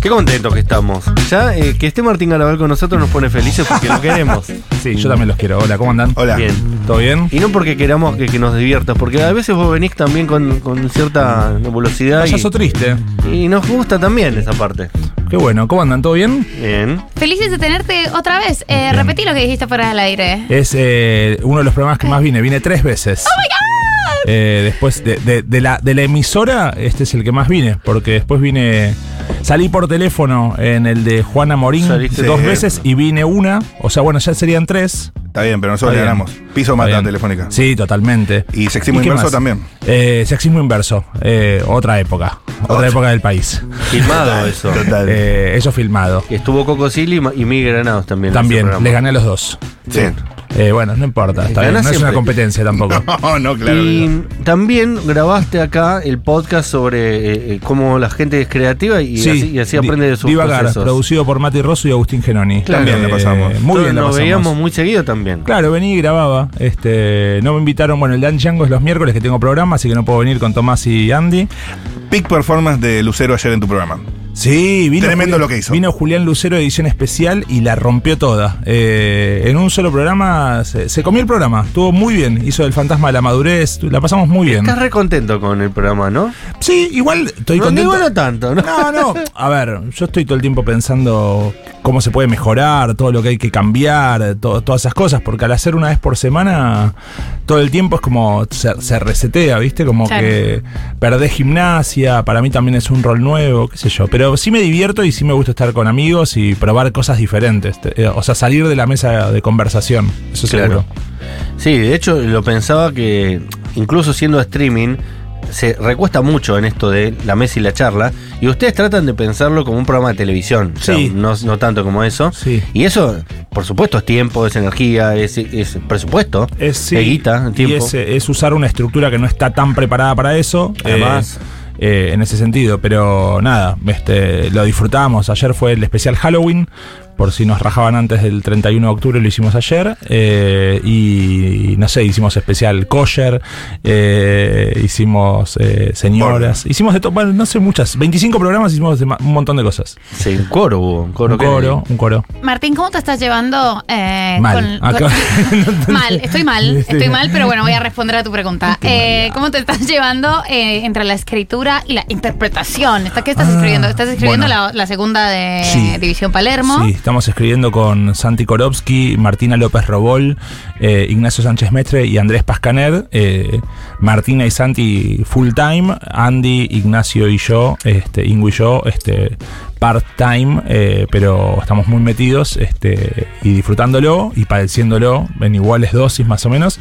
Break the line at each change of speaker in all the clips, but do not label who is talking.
Qué contentos que estamos. Ya eh, que esté Martín Garabal con nosotros nos pone felices porque lo queremos.
Sí, yo también los quiero. Hola, ¿cómo andan?
Hola.
Bien.
¿Todo bien?
Y no porque queramos que, que nos diviertas, porque a veces vos venís también con, con cierta nebulosidad y,
Payaso triste.
y nos gusta también esa parte.
Qué bueno. ¿Cómo andan? ¿Todo bien?
Bien.
Felices de tenerte otra vez. Eh,
Bien.
repetí lo que dijiste fuera del aire.
Es eh, uno de los programas que más vine. Vine tres veces. Eh, después de, de- de la, de la emisora, este es el que más vine, porque después vine. Salí por teléfono en el de Juana Morín
Saliste.
dos
Sí.
veces y vine una. O sea, bueno, ya serían tres.
Está bien, pero nosotros
Está
le
bien.
ganamos. Piso
Está
mata
bien.
telefónica.
Sí, totalmente.
Y sexismo
qué
inverso
más?
también.
Eh, sexismo inverso. Eh, otra época. Otra,
Otra.
época del país.
Filmado eso.
Total.
Eh, eso filmado.
Estuvo Coco Silly y Ma- y Miguel Granados también. en ese
También,
programa.
les gané a los dos.
sí.
Eh, bueno, no importa. está bien,
Ganás
No es una
siempre.
competencia tampoco.
No, no, claro. que no.
Y también grabaste acá el podcast sobre eh, eh, cómo la gente es creativa y, así, y así
Di-
aprende de sus
Divagar,
procesos.
producido por Mati Rosso y Agustín Genoni.
Claro.
También
Bien, la pasamos.
Muy
Nosotros
bien, la
nos
pasamos.
veíamos muy seguido también.
Claro, vení y grababa. Este, no me invitaron, bueno, el Dan Django es los miércoles que tengo programa, así que no puedo venir con Tomás y Andy.
Peak performance de Lucero ayer en tu programa.
Sí, vino.
Tremendo
Julián-
lo que hizo.
Vino Julián Lucero, edición especial, y la rompió toda. Eh, en un solo programa se, se comió el programa. Estuvo muy bien. Hizo el fantasma de la madurez. La pasamos muy bien.
Estás re contento con el programa, ¿no?
Sí, igual estoy
no,
contento.
digo no tanto, ¿no?
No, no. A ver, yo estoy todo el tiempo pensando cómo se puede mejorar, todo lo que hay que cambiar, to- todas esas cosas, porque al hacer una vez por semana, todo el tiempo es como se, se resetea, ¿viste? Como
Claro.
que perdés gimnasia, para mí también es un rol nuevo, qué sé yo. Pero sí me divierto y sí me gusta estar con amigos y probar cosas diferentes. Te- eh, O sea, salir de la mesa de conversación, eso
Claro.
seguro.
Sí, de hecho lo pensaba que incluso siendo streaming se recuesta mucho en esto de la mesa y la charla y ustedes tratan de pensarlo como un programa de televisión, o sea,
Sí.
no, no tanto como eso.
Sí.
Y eso, por supuesto, es tiempo, es energía, es, es presupuesto,
Es, sí,
es guita,
y
tiempo.
es, eh, es usar una estructura que no está tan preparada para eso.
Además.
eh, eh, en ese sentido, pero nada, este, lo disfrutamos. Ayer fue el especial Halloween, por si nos rajaban antes del 31 de octubre, lo hicimos ayer. eh, y no sé, hicimos especial kosher, eh, hicimos eh, señoras, hicimos de todo, bueno, no sé, muchas, 25 programas, hicimos de ma- un montón de cosas.
Sí, un coro hubo, un coro.
un
que-
coro, un coro.
Martín, ¿cómo te estás llevando? eh,
Mal.
con-
Acá-
con- mal, estoy mal, estoy mal, pero bueno, voy a responder a tu pregunta. Eh, ¿Cómo te estás llevando eh, entre la escritura y la interpretación? ¿Está- ¿Qué estás
Ah,
escribiendo? ¿Estás escribiendo
bueno.
la, la segunda de
Sí.
Eh, División Palermo?
Sí, estamos escribiendo con Santi Korovsky, Martina López Robol, eh, Ignacio Sánchez Mestre y Andrés Pascaner. eh, Martina y Santi full time, Andy, Ignacio y yo, este, Ingu y yo, este, part time, eh, pero estamos muy metidos este, y disfrutándolo y padeciéndolo en iguales dosis más o menos.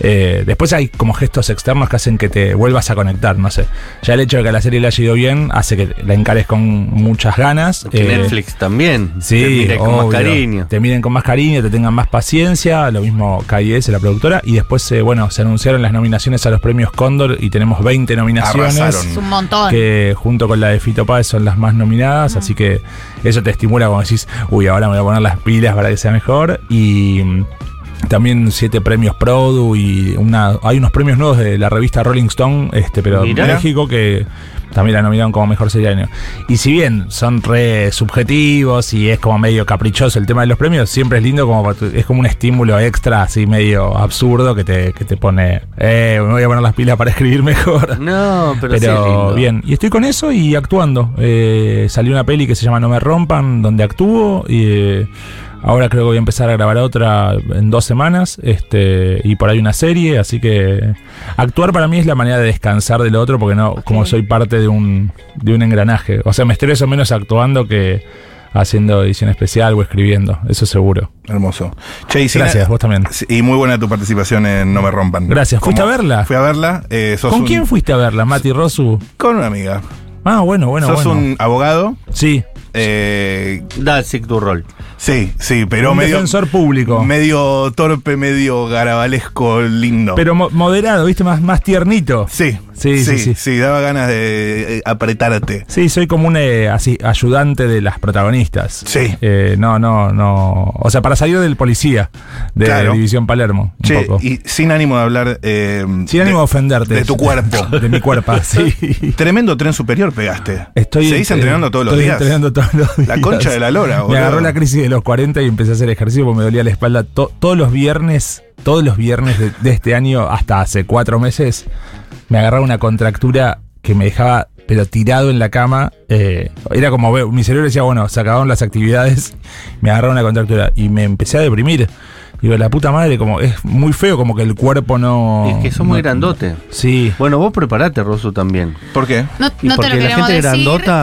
Eh, después hay como gestos externos que hacen que te vuelvas a conectar, no sé. Ya el hecho de que a la serie le haya ido bien hace que la encares con muchas ganas.
que
eh,
Netflix también.
Sí,
te mira con más
obvio.
cariño.
Te miren con más cariño, te tengan más paciencia. Lo mismo KIS, la productora. Y después, eh, bueno, se anunciaron las nominaciones a los premios Cóndor y tenemos 20 nominaciones.
Arrasaron.
Es un montón.
Que junto con la de Fito Páez son las más nominadas, así que eso te estimula cuando decís, uy, ahora me voy a poner las pilas para que sea mejor. Y mm, también siete premios Produ y una, hay unos premios nuevos de la revista Rolling Stone, este, pero de
Mirá.
México, que también la nominaron como mejor serie del año. Y si bien son re subjetivos y es como medio caprichoso el tema de los premios, siempre es lindo como para tu- es como un estímulo extra así medio absurdo que te, que te pone, eh, me voy a poner las pilas para escribir mejor.
No, pero,
Pero,
sí es lindo.
bien, y estoy con eso y actuando. Eh, salió una peli que se llama No me rompan, donde actúo. Y eh, ahora creo que voy a empezar a grabar otra en dos semanas. Este, y por ahí una serie. Así que actuar para mí es la manera de descansar de lo otro, porque no, como soy parte de un, de un engranaje. O sea, me estreso menos actuando que haciendo edición especial o escribiendo. Eso seguro.
Hermoso. Che, y si-
Gracias, vos también.
Sí, Y muy buena tu participación en No Me Rompan.
Gracias. ¿Fuiste
Como-
a verla?
Fui a verla. eh, sos
¿Con
un-
quién fuiste a verla? ¿Mati Rosu?
Con una amiga.
Ah, bueno, bueno,
sos
bueno.
un abogado.
Sí.
eh,
Da el sick tu rol.
Sí, sí, pero
Un
medio.
defensor público.
Medio torpe, medio garabalesco, lindo.
Pero mo- moderado, ¿viste? Más, más tiernito.
Sí,
Sí, sí, sí.
daba ganas de eh, apretarte.
Sí, soy como un eh, así, ayudante de las protagonistas.
Sí.
Eh, no, no, no. O sea, para salir del policía de
Claro.
División Palermo. Un
Che,
poco.
y sin ánimo de hablar. eh,
Sin ánimo de ofenderte.
de tu cuerpo.
De mi cuerpo, sí.
Tremendo tren superior pegaste.
Estoy
Seguís
eh,
entrenando todos los
estoy
días.
entrenando todos los días.
La concha de la lora,
Ah,
Me
boludo.
agarró la crisis de los 40 y empecé a hacer ejercicio porque me dolía la espalda to- todos los viernes, todos los viernes de, de este año hasta hace cuatro meses. Me agarraba una contractura que me dejaba pero tirado en la cama. eh, era como, veo, mi cerebro decía, bueno, se acabaron las actividades, me agarraba una contractura y me empecé a deprimir. Digo, la puta madre, como es muy feo, como que el cuerpo no...
Es que sos muy grandote.
Sí.
Bueno, vos preparate, Rosu, también.
¿Por qué?
No,
Y
no te
porque
lo
la
queremos
gente
decir,
grandota-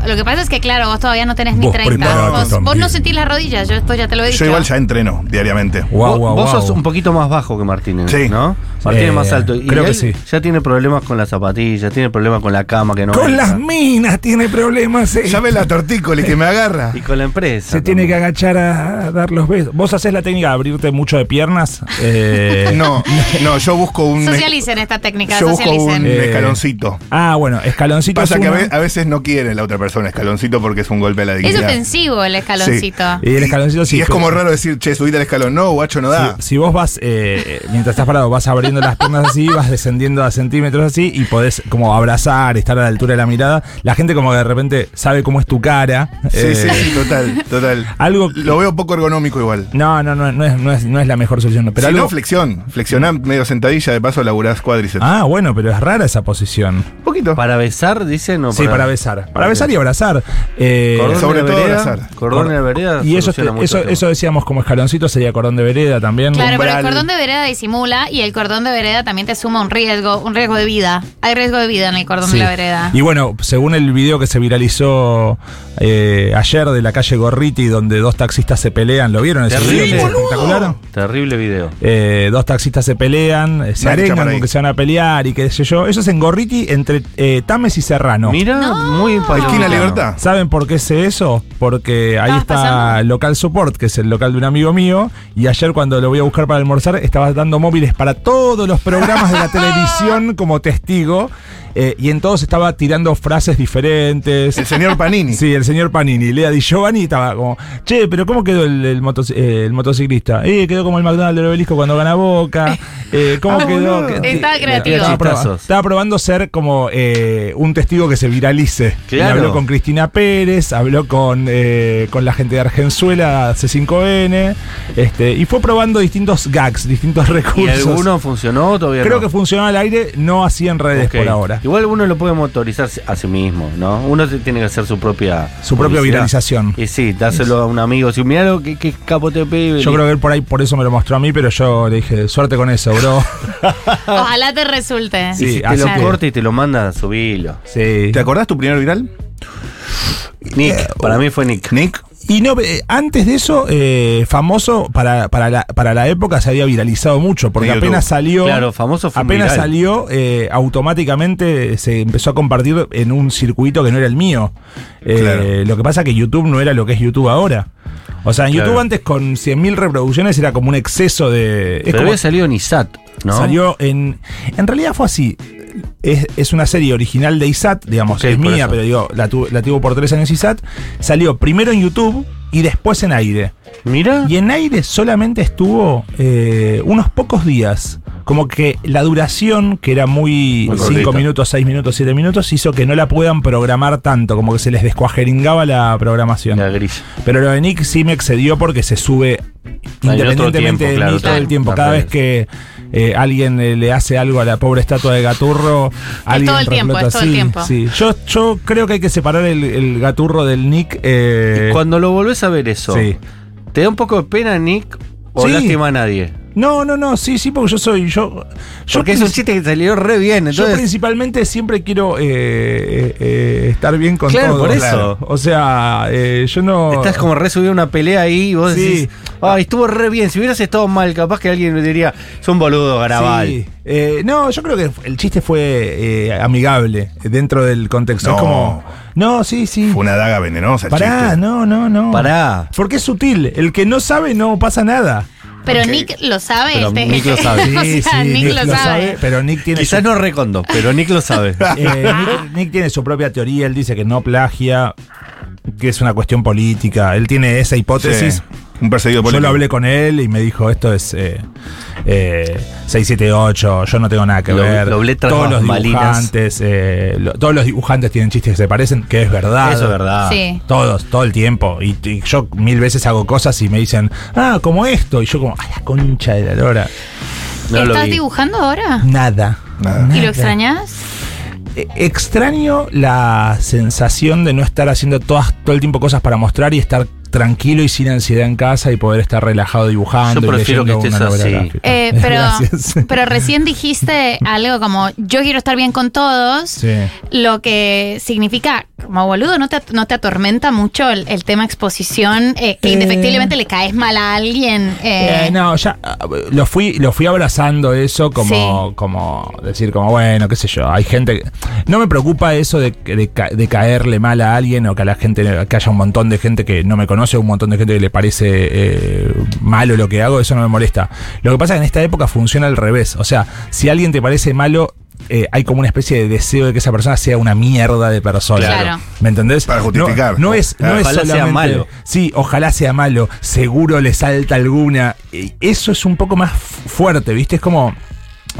pero lo que pasa es que, claro, vos todavía no tenés ni
Vos
30.
preparate
Vos, vos
también.
no sentís las rodillas, yo esto ya te lo he dicho.
Yo igual ya entreno diariamente.
Guau,
vos
guau,
vos
guau.
sos un poquito más bajo que Martínez,
Sí.
¿no? Martínez
Eh,
es más alto. Y
creo que
él
sí.
Ya tiene problemas con las zapatillas, tiene problemas con la cama que no.
Con
entra.
las minas tiene problemas. eh.
Ya ves la tortícolis que me agarra.
Y con la empresa.
Se tiene que agachar a dar los besos. ¿Vos haces la técnica de abrirte mucho de piernas? Eh,
No, no, yo busco un.
Socialicen esta técnica,
Yo busco
socialicen.
un
Eh,
escaloncito.
Ah, bueno, escaloncito.
Pasa
es
que a
uno,
ve- a veces no quiere la otra persona escaloncito porque es un golpe a la
Es
dignidad.
ofensivo el escaloncito.
Y el escaloncito sí.
Y es
pero-
como raro decir, che, subite al escalón. No, guacho, no da.
Si, si vos vas, eh, mientras estás parado, vas abriendo las piernas así, vas descendiendo a centímetros así y podés como abrazar, estar a la altura de la mirada. La gente como que de repente sabe cómo es tu cara.
Sí,
eh,
sí, sí, total, total.
Algo-
Lo veo poco ergonómico igual.
No, no, no, no es, no es- no es la mejor solución. Pero
si
algo-
no, flexión. Flexionás medio sentadilla, de paso laburás cuádriceps.
ah, bueno, pero es rara esa posición.
Un poquito.
Para besar, dicen, o
Sí, para besar. Para besar y abrazar. Eh,
Cordón
Sobre
de
todo
vereda,
abrazar.
Cordón de vereda.
Y eso,
Ah, soluciona
te-
mucho
eso,
el tema.
eso decíamos como escaloncito, sería cordón de vereda también.
Claro, pero el
umbral.
cordón de vereda disimula y el cordón de vereda también te suma un riesgo, un riesgo de vida. Hay riesgo de vida en el cordón
Sí.
de la vereda.
Y bueno, según el video que se viralizó eh, ayer de la calle Gorriti, donde dos taxistas se pelean, ¿lo vieron? Ese
Terrible.
video que es
Sí, boludo.
espectacular.
Terrible video.
Eh, dos taxistas se pelean, eh, se
Nacho
arengan
por ahí.
como que se van a pelear y qué sé yo. Eso es en Gorriti entre eh, Tames y Serrano.
Mira, muy impactante.
Esquina Libertad.
¿Saben por qué sé eso? Porque ahí
Estabas
está
pasando.
Local Support, que es el local de un amigo mío, y ayer cuando lo voy a buscar para almorzar estaba dando móviles para todos los programas de la televisión como testigo, eh, y en todos estaba tirando frases diferentes.
El señor Panini.
Sí, el señor Panini, Lea Di Giovanni estaba como, che, pero ¿cómo quedó el, el motoci- eh, el motociclista? Eh, quedó como el McDonald's del obelisco cuando gana Boca. Eh, ¿Cómo
Ah,
quedó?
boludo.
Que-
Estaba
eh,
creativo.
Estaba, proba-
Chistazos.
estaba probando ser como eh, un testigo que se viralice. Y
Claro.
habló con Cristina Pérez, habló con, eh, con la gente de Argenzuela, C5N, este, y fue probando distintos gags, distintos
¿Y
recursos.
alguno funcionó todavía?
Creo
no?
que funcionó al aire, no así en redes
Ok.
por ahora.
Igual uno lo puede motorizar a sí mismo, ¿no? Uno se- tiene que hacer su propia.
Su propia viralización.
Y sí, dárselo a un amigo. Si mirá lo que, que capo te pide.
Yo creo que él por ahí por eso me lo mostró a mí, pero yo le dije, suerte con eso, bro.
Ojalá te resulte.
Sí,
si te
así
lo
que-
corta y te lo manda, subilo.
sí.
¿Te acordás tu primer viral?
Eh,
Nick,
oh,
para mí fue Nick.
Nick.
Y no, eh, antes de eso, eh, famoso para, para, la, para la época se había viralizado mucho, porque
De YouTube.
apenas salió.
Claro, famoso fue un
Apenas
viral.
salió, eh, automáticamente se empezó a compartir en un circuito que no era el mío. Eh,
Claro.
Lo que pasa que YouTube no era lo que es YouTube ahora. O sea, en
Claro.
YouTube antes con 100.000 reproducciones era como un exceso de. es
Pero
como-
había salido en ISAT, ¿no?
Salió en. En realidad fue así. Es, es una serie original de ISAT, digamos,
Ok,
es
por
mía,
eso.
pero digo, la, tu- la tuvo por tres años ISAT. Salió primero en YouTube y después en aire.
Mira.
Y en aire solamente estuvo eh, unos pocos días. Como que la duración, que era muy
Muy
5
cortita.
minutos, 6 minutos, 7 minutos, hizo que no la puedan programar tanto, como que se les descuajeringaba la programación.
La gris.
Pero lo de Nick sí me excedió porque se sube
otro
independientemente
tiempo,
de
claro,
mí todo el
claro.
tiempo. Cada vez que eh, alguien eh, le hace algo a la pobre estatua de Gaturro, alguien
todo el tiempo,
reflota
es todo el
así,
tiempo.
sí. Yo, yo creo que hay que separar el, el Gaturro del Nick. eh,
Cuando lo volvés a ver eso,
Sí.
¿te da un poco de pena, Nick? ¿O
Sí.
lástima a nadie?
No, no, no, sí, sí, porque yo soy yo. yo
Porque es un
princip-
chiste que salió re bien.
Yo
Entonces,
principalmente siempre quiero eh, eh, eh, estar bien con
Claro,
todos.
por eso.
O sea, eh, yo no.
Estás como re subido a una pelea ahí y vos
Sí.
decís, ay, estuvo re bien. Si hubieras estado mal, capaz que alguien me diría, es un boludo, Garabal.
Sí. Eh, no, yo creo que el chiste fue eh, amigable eh, dentro del contexto.
No.
Es como. No, sí, sí.
Fue una daga venenosa. el
Pará,
chiste.
no, no, no.
Pará.
Porque es sutil. El que no sabe no pasa nada.
Pero
Ok.
Nick lo sabe.
Pero
este-
Nick lo sabe.
o sea, Nick, lo, sabe.
Pero Nick tiene
Quizás no recondo, pero Nick lo sabe.
Eh, Nick, Nick tiene su propia teoría, él dice que no plagia, que es una cuestión política, él tiene esa hipótesis.
Sí, Un perseguido
Yo
político.
lo hablé con él y me dijo, esto es eh, eh, 678, yo no tengo nada que
Lo-
ver.
lo hablé tras
todos los
bambalinas.
dibujantes, eh, lo- todos los dibujantes tienen chistes que se parecen, que es verdad.
Eso es verdad.
Sí.
Todos, todo el tiempo. Y, y yo mil veces hago cosas y me dicen, ah, como esto. Y yo como, a la concha de la lora.
No lo
¿Estás
vi.
dibujando ahora?
Nada.
Nada.
¿Y lo
extrañé
extrañas?
Eh, Extraño la sensación de no estar haciendo todas, todo el tiempo cosas para mostrar y estar tranquilo y sin ansiedad en casa y poder estar relajado dibujando.
Yo
y
prefiero
leyendo
que estés
una novela
así.
gráfica.
Eh, pero,
Gracias.
pero recién dijiste algo como yo quiero estar bien con todos.
Sí.
Lo que significa, como boludo, ¿no te, at- no te atormenta mucho el, el tema exposición? eh, que
Eh.
indefectiblemente le caes mal a alguien. eh,
Eh, no, ya ah, lo fui, lo fui abrazando eso como, como decir como bueno, qué sé yo, hay gente que- no me preocupa eso de, de ca- de caerle mal a alguien o que a la gente que haya un montón de gente que no me conoce, un montón de gente que le parece eh, malo lo que hago, eso no me molesta. Lo que pasa es que en esta época funciona al revés, o sea, si alguien te parece malo eh, hay como una especie de deseo de que esa persona sea una mierda de persona.
Claro.
¿Me entendés?
Para justificar.
No, no es, no es
Ojalá sea
solamente-
malo.
Sí, ojalá sea malo, seguro le salta alguna. Y Eso es un poco más fu- fuerte, ¿viste? Es como.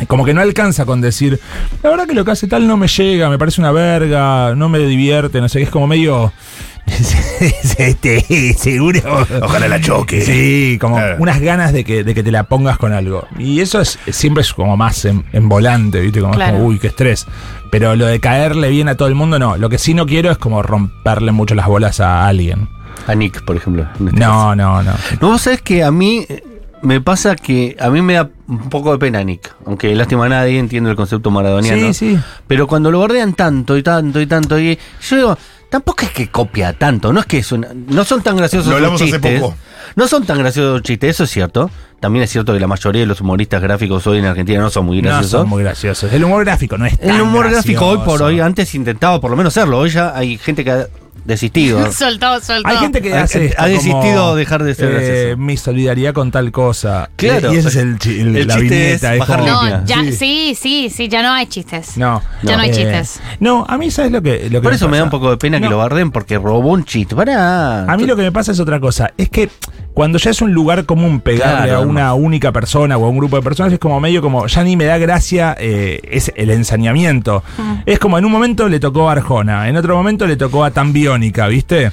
Como que no alcanza con decir, la verdad que lo que hace tal no me llega, me parece una verga, no me divierte, no sé qué, es como medio. este, seguro.
Ojalá la choque.
Sí, como
Claro.
unas ganas de que, de que te la pongas con algo. Y eso es siempre es como más en, en volante, ¿viste? Como, es
Claro.
como, uy, qué estrés. Pero lo de caerle bien a todo el mundo, no. Lo que sí no quiero es como romperle mucho las bolas a alguien.
A Nick, por ejemplo. en este caso.
No, no, no.
No, vos sabés que a mí eh, me pasa que a mí me da un poco de pena Nick. Aunque lástima a nadie, entiendo el concepto maradoniano.
Sí, sí.
Pero cuando lo bordean tanto y tanto y tanto, y yo digo, tampoco es que copia tanto, no es que es una- no son tan graciosos
Lo
los
hablamos hace
chistes.
poco.
No son tan graciosos los chistes, eso es cierto. También es cierto que la mayoría de los humoristas gráficos hoy en Argentina no son muy
No
graciosos.
son muy graciosos. El humor gráfico no es tan
el humor gráfico hoy por
gracioso.
hoy, antes intentaba por lo menos serlo, hoy ya hay gente que ha desistido.
soltó, soltó.
Hay gente que
Ha-
hace esto
ha desistido
como,
dejar de ser
eh,
gracioso.
mi solidaridad con tal cosa.
Claro.
Y ese es el, chi- el-
El
la
chiste
viñeta.
es bajar
como-
línea.
No, ya, sí, sí, sí, ya no hay chistes.
No, Eh,
Ya no hay chistes.
No, a mí, ¿sabes lo que, lo que
Por eso me da
pasa?
un poco de pena que
No,
lo barden porque robó un chiste. Pará.
A mí lo que me pasa es otra cosa. Es que cuando ya es un lugar común pegarle
Claro,
a una
hermano.
única persona o a un grupo de personas, es como medio como, ya ni me da gracia eh, es el ensañamiento. Es como en un momento le tocó a Arjona, en otro momento le tocó a Tambiónica, ¿viste?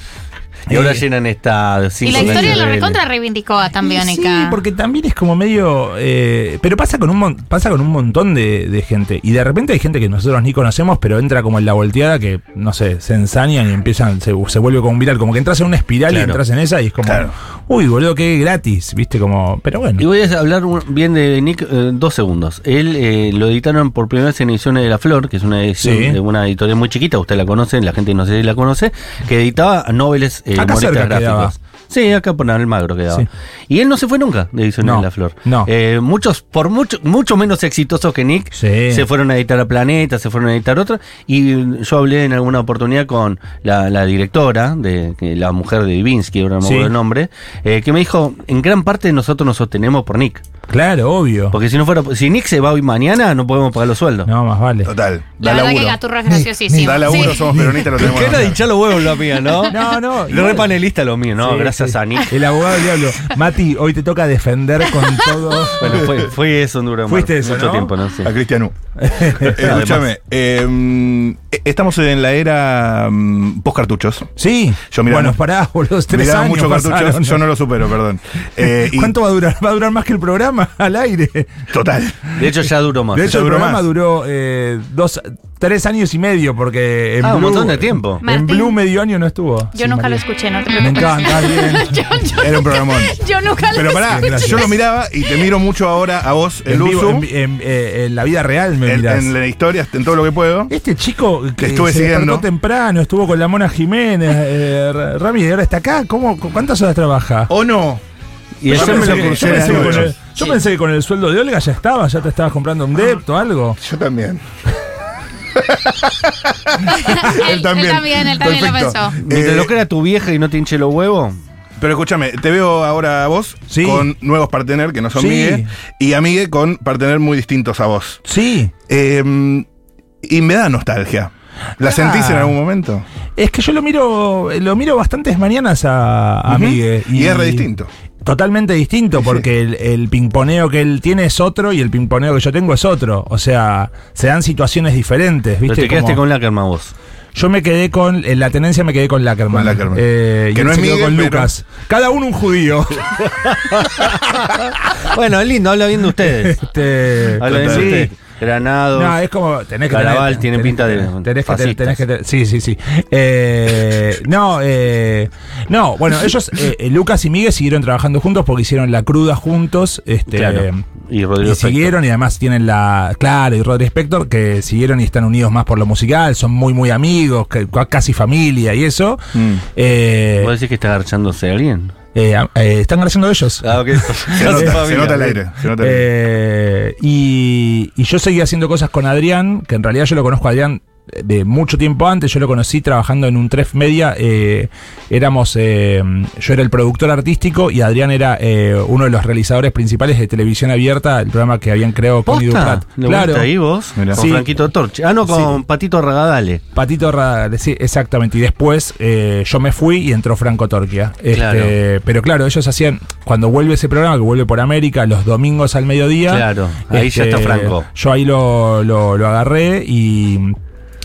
Y ahora
Eh,
llenan esta.
Y
cinco
la historia
veces
lo
de-
recontra reivindicó a Tambiónica.
Y Sí, porque también es como medio. eh, pero pasa con un mon- pasa con un montón de, de gente. Y de repente hay gente que nosotros ni conocemos, pero entra como en la volteada que, no sé, se ensañan y empiezan, se, se vuelve como un viral. Como que entras en una espiral y
Claro.
entras en esa y es como.
Claro.
Uy, boludo, qué gratis. Viste, como. Pero bueno.
Y voy a hablar un- bien de Nick eh, dos segundos. Él eh, lo editaron por primera vez en Ediciones de la Flor, que es una edición
Sí.
de una editorial muy chiquita, usted la conoce, la gente no sé si la conoce, que editaba noveles eh,
Acá
humoristas
cerca
gráficos.
quedaba.
Sí, acá por Almagro quedaba.
Sí.
Y él no se fue nunca de Ediciones
No,
de la Flor.
no.
Eh, muchos, por mucho, mucho menos exitosos que Nick,
Sí.
se fueron a editar a Planeta, se fueron a editar otra. Y yo hablé en alguna oportunidad con la, la directora, de, que la mujer de Divinsky, ahora no me
Sí.
acuerdo el nombre, eh, que me dijo, en gran parte nosotros nos sostenemos por Nick.
Claro, obvio.
Porque si no fuera, si Nick se va hoy mañana, no podemos pagar los sueldos.
No, más vale.
Total.
La
Da
verdad que
laburo.
Gaturro es graciosísimo.
Da laburo,
Sí.
somos peronistas, lo tenemos. que hacer.
los huevos la mía, ¿no?
No, no,
Re
igual.
panelista lo mío, ¿no?
Sí,
gracias
sí.
a Nick.
El abogado del diablo. Mati, hoy te toca defender con todo.
Bueno, fue, fue eso en Duramar.
Fuiste eso,
Mucho
¿no?
tiempo, ¿no? Sí.
A Cristiano. Escúchame, eh, estamos en la era mm, post-cartuchos.
Sí.
Yo miraba
bueno,
mu-
pará, boludo. Tres
Miraba
años
muchos cartuchos,
pasaron.
yo no lo supero, perdón. Eh, y-
¿Cuánto va a durar? Va a durar más que el programa al aire.
Total.
De hecho, ya duró más.
De hecho, el
duró
programa
más.
duró eh, dos, tres años y medio porque en
Ah, un
Blue-
montón de tiempo.
En
Martín.
Blue medio año no estuvo. Sí,
Yo nunca
María.
lo escuché, no te
Me
preocupes.
encanta, bien.
Yo, yo
Era un
nunca-
programón.
Yo nunca
Pero
lo
pará,
escuché.
yo lo miraba y te miro mucho ahora a vos, el
En, vivo,
uso,
en, vi- en- eh, en la vida real me
en,
mirás.
en la historia, en todo lo que puedo.
Este chico que
estuve
se despertó
siguiendo.
temprano, estuvo con la Mona Jiménez, eh, Ra- Rami, y ahora está acá. ¿Cómo, cu- ¿Cuántas horas trabaja?
¿O no?
Y
yo,
ayer me lo
pensé que,
crucé.
yo pensé que
de
con
noche.
el, yo pensé que con el sueldo de Olga ya estaba, ya te estabas comprando un depto, algo.
Yo también.
él, él también, él también lo pensó.
Mientras
Eh,
lo crea tu vieja y no te hinche los huevos.
Pero escúchame, te veo ahora a vos
Sí.
con nuevos partners que no son
Sí.
Migue y a Migue con partners muy distintos a vos.
Sí.
Eh, y me da nostalgia. ¿La
Ah.
sentís en algún momento?
Es que yo lo miro, lo miro bastantes mañanas a, a
Ujú.
Migue.
Y es re distinto.
Totalmente distinto, porque el, el pimponeo que él tiene es otro y el pimponeo que yo tengo es otro. O sea, se dan situaciones diferentes,
Pero
¿viste?
te quedaste
Como-
con la calma vos.
Yo me quedé con, en la tenencia me quedé con Lackerman.
Con Lackerman.
Eh,
Que
y
no
él se
es
quedó
Miguel,
con
pero-
Lucas. Cada uno un judío.
Bueno, es lindo, habla bien de ustedes.
Este,
habla bien de
sí.
ustedes. Granado.
No, es como. Tenés que
Caraval tiene
tenés
pinta
que
de
tener- Tenés que tener.
fascistas.
tenés que tener- sí, sí, sí. Eh, no, eh, no, bueno, ellos, eh, eh, Lucas y Miguel siguieron trabajando juntos porque hicieron la cruda juntos. Este,
Claro. Y Rodrigo
Y siguieron y además tienen la, claro, y Rodri Spector, que siguieron y están unidos más por lo musical, son muy, muy amigos, que- ca- casi familia y eso.
Mm.
Eh,
¿Vos decís que está agarchándose alguien?
eh, a- eh, están haciendo ellos.
Ah, ok.
Se nota, se nota el aire. se nota el aire.
Eh, y, y yo seguía haciendo cosas con Adrián, que en realidad yo lo conozco a Adrián eh, de mucho tiempo antes, yo lo conocí trabajando en un Tref Media, eh, éramos, eh, yo era el productor artístico y Adrián era eh, uno de los realizadores principales de Televisión Abierta, el programa que habían creado con Idu
¿Posta?
Prat.
¿Le gusta ahí vos?
Mirá.
Con
Sí.
Franquito Torche. Ah, no, con Patito Ragadale.
Patito Radal, sí, exactamente. Y después eh, yo me fui y entró Franco Torquia. Este,
Claro.
Pero claro, ellos hacían, cuando vuelve ese programa, que vuelve por América, los domingos al mediodía. este,
Claro, ahí ya está Franco.
Yo ahí lo, lo- lo agarré y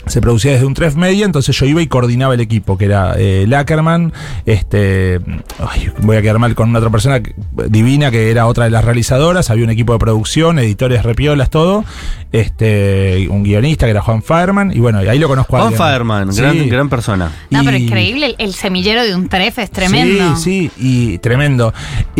se producía desde un 3 media, entonces yo iba y coordinaba el equipo, que era eh, Lackerman, este, ay, voy a quedar mal con una otra persona que- divina que era otra de las realizadoras, había un equipo de producción, editores repiolas, todo, este, un guionista que era Juan Fireman, y bueno, y ahí lo conozco a
Juan
Adrián.
Fireman,
Sí.
gran, gran persona.
No, pero
Y-
increíble, el, el semillero de un tref es tremendo.
Sí, sí, y tremendo.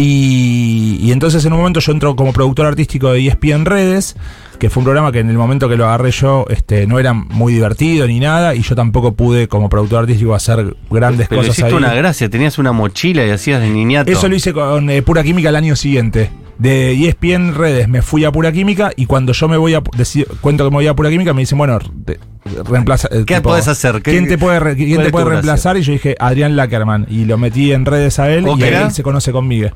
Y, y entonces en un momento yo entro como productor artístico de E ESPN Redes, que fue un programa que en el momento que lo agarré yo este, no era muy divertido ni nada, y yo tampoco pude como productor artístico hacer grandes
Pero
cosas
hiciste
ahí.
una gracia, tenías una mochila y hacías de niñato.
Eso lo hice con eh, Pura Química el año siguiente. De E ESPN Redes me fui a Pura Química y cuando yo me voy a decido- cuento que me voy a Pura Química me dicen, bueno, te- reemplaza eh,
¿Qué podés hacer? ¿Qué-
¿Quién te puede, re- quién
cuál
te
es
puede
tu
reemplazar? Y yo dije, Adrián Lackerman. Y lo metí en redes a él
Ok.
y él se conoce conmigo.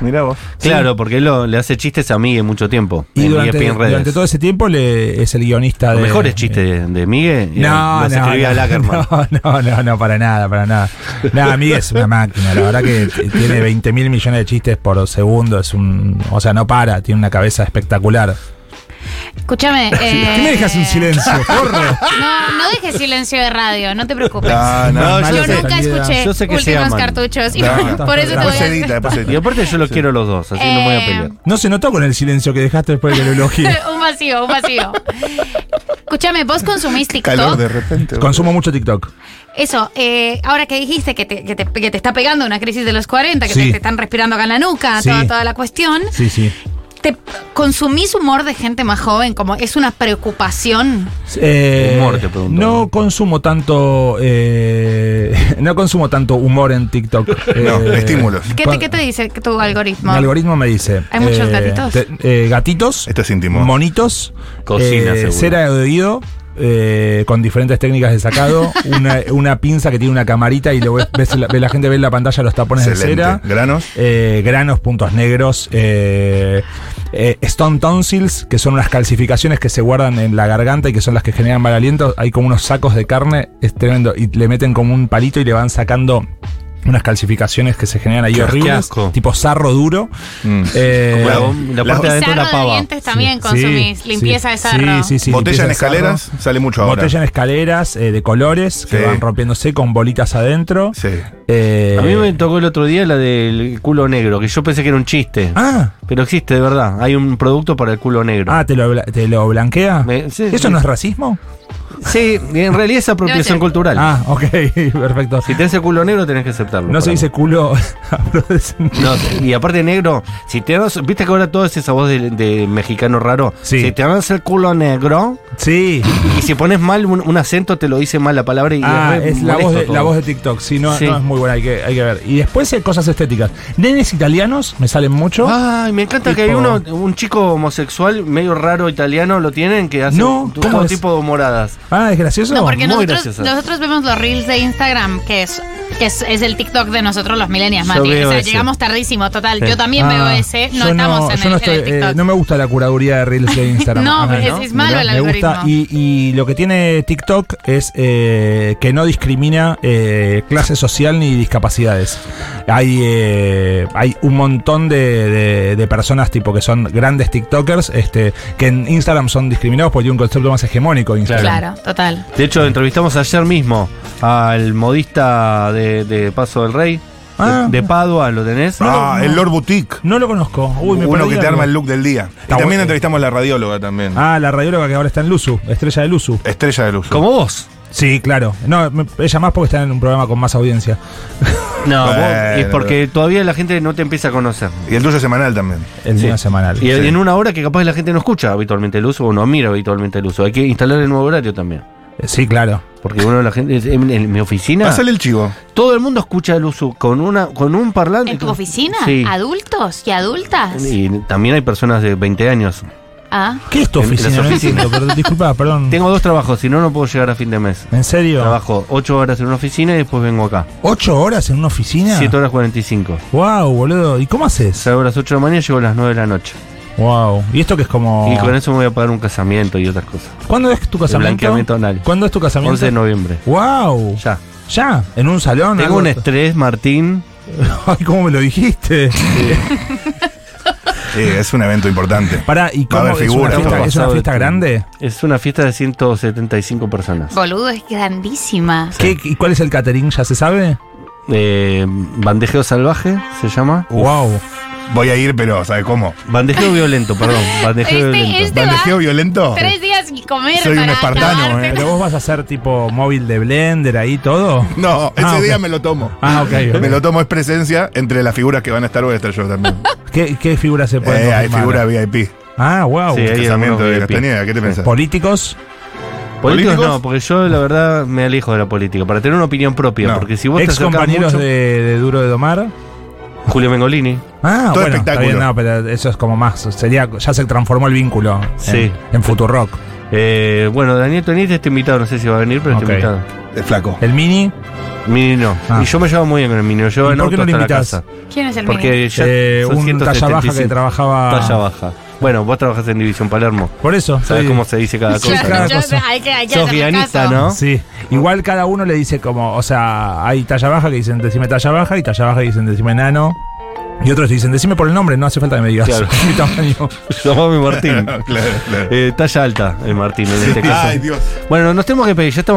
Mirá vos.
Claro, porque él lo- le hace chistes a Migue mucho tiempo.
Y
en E
durante,
ESPN Redes.
durante todo ese tiempo le, es el guionista
Los
de...
mejores chistes de, de Migue eh,
No,
los
no,
escribía
no,
Lackerman.
no, no, no, no, para nada, para nada. Nada, Miguel es una máquina, la verdad que t- tiene 20 mil millones de chistes por segundo, es un, o sea, no para, tiene una cabeza espectacular.
Escúchame. eh,
¿Qué me dejas un silencio? Corre.
No, no dejes silencio de radio, no te preocupes.
Ah, no,
No,
no,
yo
yo
lo sé.
nunca
Yo
escuché
sé que se
últimos
aman.
cartuchos y
No,
por eso te voy a
Después se Pues edita, después se
Y
edita.
aparte yo los quiero los dos, así no me voy a pelear.
No se notó con el silencio que dejaste después de que lo elogié.
un vacío, un vacío. Escúchame, vos consumís
Calor de
TikTok.
repente.
Consumo mucho TikTok.
Eso, eh, ahora que dijiste que te, que, te, que te está pegando una crisis de los 40, que
Sí.
te, te están respirando acá en la nuca,
Sí.
toda, toda la cuestión,
Sí, sí.
¿te consumís humor de gente más joven? Como es una preocupación.
Eh,
Humor, te pregunto.
No consumo tanto. eh, no consumo tanto humor en TikTok.
No,
Eh,
estímulos.
¿Qué te, qué te dice tu algoritmo?
Mi algoritmo me dice.
¿Hay muchos gatitos?
te- eh, gatitos.
Este
Esto es íntimo.
Monitos. eh,
Cocina, seguro.
Cera de oído. eh, con diferentes técnicas de sacado, una, una pinza que tiene una camarita y lo ves, ves la, ve la gente ve en la pantalla los tapones de cera,
Excelente. Granos.
eh, granos, puntos negros, eh, eh, stone tonsils, que son unas calcificaciones que se guardan en la garganta y que son las que generan mal aliento. Hay como unos sacos de carne, es tremendo, y le meten como un palito y le van sacando unas calcificaciones que se generan ahí
Qué asco,
horribles,
qué asco.
tipo sarro duro.
Mm.
Eh,
Como la, la parte de adentro de
Sarro
una
de
pava.
dientes también
sí,
consumís,
sí,
limpieza de
sí,
sarro.
sí, sí, limpieza
Botella en
de sarro.
escaleras sale mucho ahora.
Botella en escaleras eh, de colores que
Sí.
van rompiéndose con bolitas adentro.
Sí.
Eh,
A mí me tocó el otro día la del culo negro, que yo pensé que era un chiste.
Ah,
Pero existe, de verdad. Hay un producto para el culo negro.
ah, ¿te lo, bla- te lo blanquea?
Me- sí,
¿Eso
me-
no es racismo?
Sí, en realidad es apropiación
No sé.
cultural.
Ah, ok, perfecto.
Si tenés el culo negro tenés que aceptarlo.
No se
para
dice culo afrodescendiente.
mí. No, y aparte negro, si te das- viste que ahora todo es esa voz de, de mexicano raro.
Sí.
Si te das el culo negro
Sí.
y si pones mal un, un acento te lo dice mal la palabra y
Ah,
re
es la
molesto
voz, de,
todo.
la voz de TikTok. Sí, no,
Sí.
no es muy buena, hay que, hay que ver. Y después eh, cosas estéticas. Nenes italianos me salen mucho.
Ay, me encanta que hay
Tipo-
uno, un chico homosexual medio raro italiano, lo tienen, que hace
No,
t-
¿cómo
todo
es?
tipo de moradas.
Ah, ¿es gracioso?
No, porque
muy
nosotros,
gracioso.
nosotros vemos los reels de Instagram, que es que es, es el TikTok de nosotros los millennials,
Yo
Mati.
veo
o sea,
ese.
llegamos tardísimo, total.
Sí.
Yo también
Ah,
veo ese, no
yo
estamos en,
yo
el,
no
en
estoy-
el TikTok.
eh, no me gusta la curaduría de Reels de Instagram.
No,
Ah,
porque es- es malo
Mirá,
el
me gusta.
algoritmo.
Y, y lo que tiene TikTok es eh, que no discrimina eh, clase social ni discapacidades. Hay, eh, hay un montón de, de- de personas tipo que son grandes TikTokers este, que en Instagram son discriminados porque tiene un concepto más hegemónico de Instagram.
Claro, total.
De hecho, entrevistamos ayer mismo al modista de, de Paso del Rey, de-
Ah.
de, Padua, ¿lo tenés?
Ah, el Lord Boutique.
No lo conozco. Uy, me
Uno
perdí
que te
algo.
arma el look del día. Y
Está
también
bueno.
entrevistamos a la radióloga también.
Ah, la radióloga que ahora está en Luzu, estrella de Luzu.
Estrella de luz.
¿Como vos?
Sí, claro. No, me- ella más porque está en un programa con más audiencia.
No, vos-
Bueno.
es porque todavía la gente no te empieza a conocer.
Y el tuyo semanal también.
El
Sí.
día semanal.
Y en una hora que capaz la gente no escucha habitualmente el uso o no mira habitualmente el uso. Hay que instalar el nuevo horario también.
Sí, claro.
Porque uno de la gente, en, en mi oficina,
Pásale el chivo.
todo el mundo escucha el uso con una con un parlante.
¿En tu oficina? Ah,
Sí.
¿Adultos y adultas?
Y también hay personas de 20 años.
Ah,
¿Qué es tu
En-
oficina?
en las
No
oficinas.
entiendo, pero disculpa, perdón.
Tengo dos trabajos, si no, no puedo llegar a fin de mes.
¿En serio?
Trabajo 8 horas en una oficina y después vengo acá.
¿Ocho horas en una oficina?
7 horas 45.
Wow, boludo. ¿Y cómo haces?
Salgo a las 8 de la mañana y llego a las 9 de la noche.
Wow. ¿Y esto que es como.
Y con eso me voy a pagar un casamiento y otras cosas.
¿Cuándo es tu
blanqueamiento
casamiento?
anal.
¿Cuándo es tu
11 de
casamiento?
noviembre.
Wow.
Ya.
Ya, en un salón.
Tengo
algo-
un estrés, Martín.
Ay, ¿cómo me lo dijiste?
Sí, es un evento importante.
Pará, ¿y
Va a
cómo?
haber
¿Es una
figuras,
fiesta,
¿no?
es una fiesta grande?
Es una fiesta de 175 personas.
boludo, es grandísima.
¿Qué, ¿Y cuál es el catering? ¿Ya se sabe?
Eh, bandejeo salvaje se llama.
Wow.
Voy a ir, pero ¿sabe cómo?
Bandejeo violento, perdón. Bandejeo
Este-
violento.
este-
¿Bandejeo violento?
Tres días y comer
Soy un
para
espartano,
acabarte.
eh.
¿Pero vos vas a hacer tipo móvil de Blender ahí todo?
No, ese
Ah, ok.
día me lo tomo.
Ah, ok.
Me lo tomo es presencia entre las figuras que van a estar voy a estar yo también.
¿Qué, qué figura se puede
Eh, hay figura VIP.
Ah, wow.
Sí, hay
Casamiento
algunos
de
VIP.
Castañeda, ¿qué te pensás?
Políticos.
Políticos
¿Políticos?
no, porque yo la verdad me alejo de la política. Para tener una opinión propia.
No.
Porque si vos te
Ex
acercás
compañeros
mucho-
de, de Duro de Domar.
Julio Mengolini.
Ah,
Todo
bueno, está
espectáculo.
bien, no, pero eso es como más. Sería, ya se transformó el vínculo en-
Sí.
en, Futurock.
Eh, bueno, Daniel Tonite está invitado, no sé si va a venir, pero
Ok.
está invitado.
Es flaco.
El mini.
Mini no.
Ah.
Y yo me llevo muy bien con el mini. Lo llevo
¿Y
en
por qué
auto
no lo
hasta la
invitás?
casa.
¿Quién es el mini?
Porque ya
Eh,
son
un talla baja que
175.
trabajaba.
Talla baja. Bueno, vos trabajás en División Palermo.
Por eso.
Sabés
sí.
cómo se dice cada
Yo-
cosa.
Claro,
¿no?
yo-
cosa.
hay que- hay que
Sos
hacerle
guionista,
caso.
¿no?
Sí, igual cada uno le dice como, o sea, hay talla baja que dicen decime talla baja y talla baja que dicen decime enano. Y otros dicen decime por el nombre, no hace falta que me digas
Claro.
mi tamaño.
Llamame Martín.
Ah, claro, claro.
Eh, talla alta, el Martín, en este caso.
Ay, Dios.
Bueno, nos tenemos que pedir, ya estamos.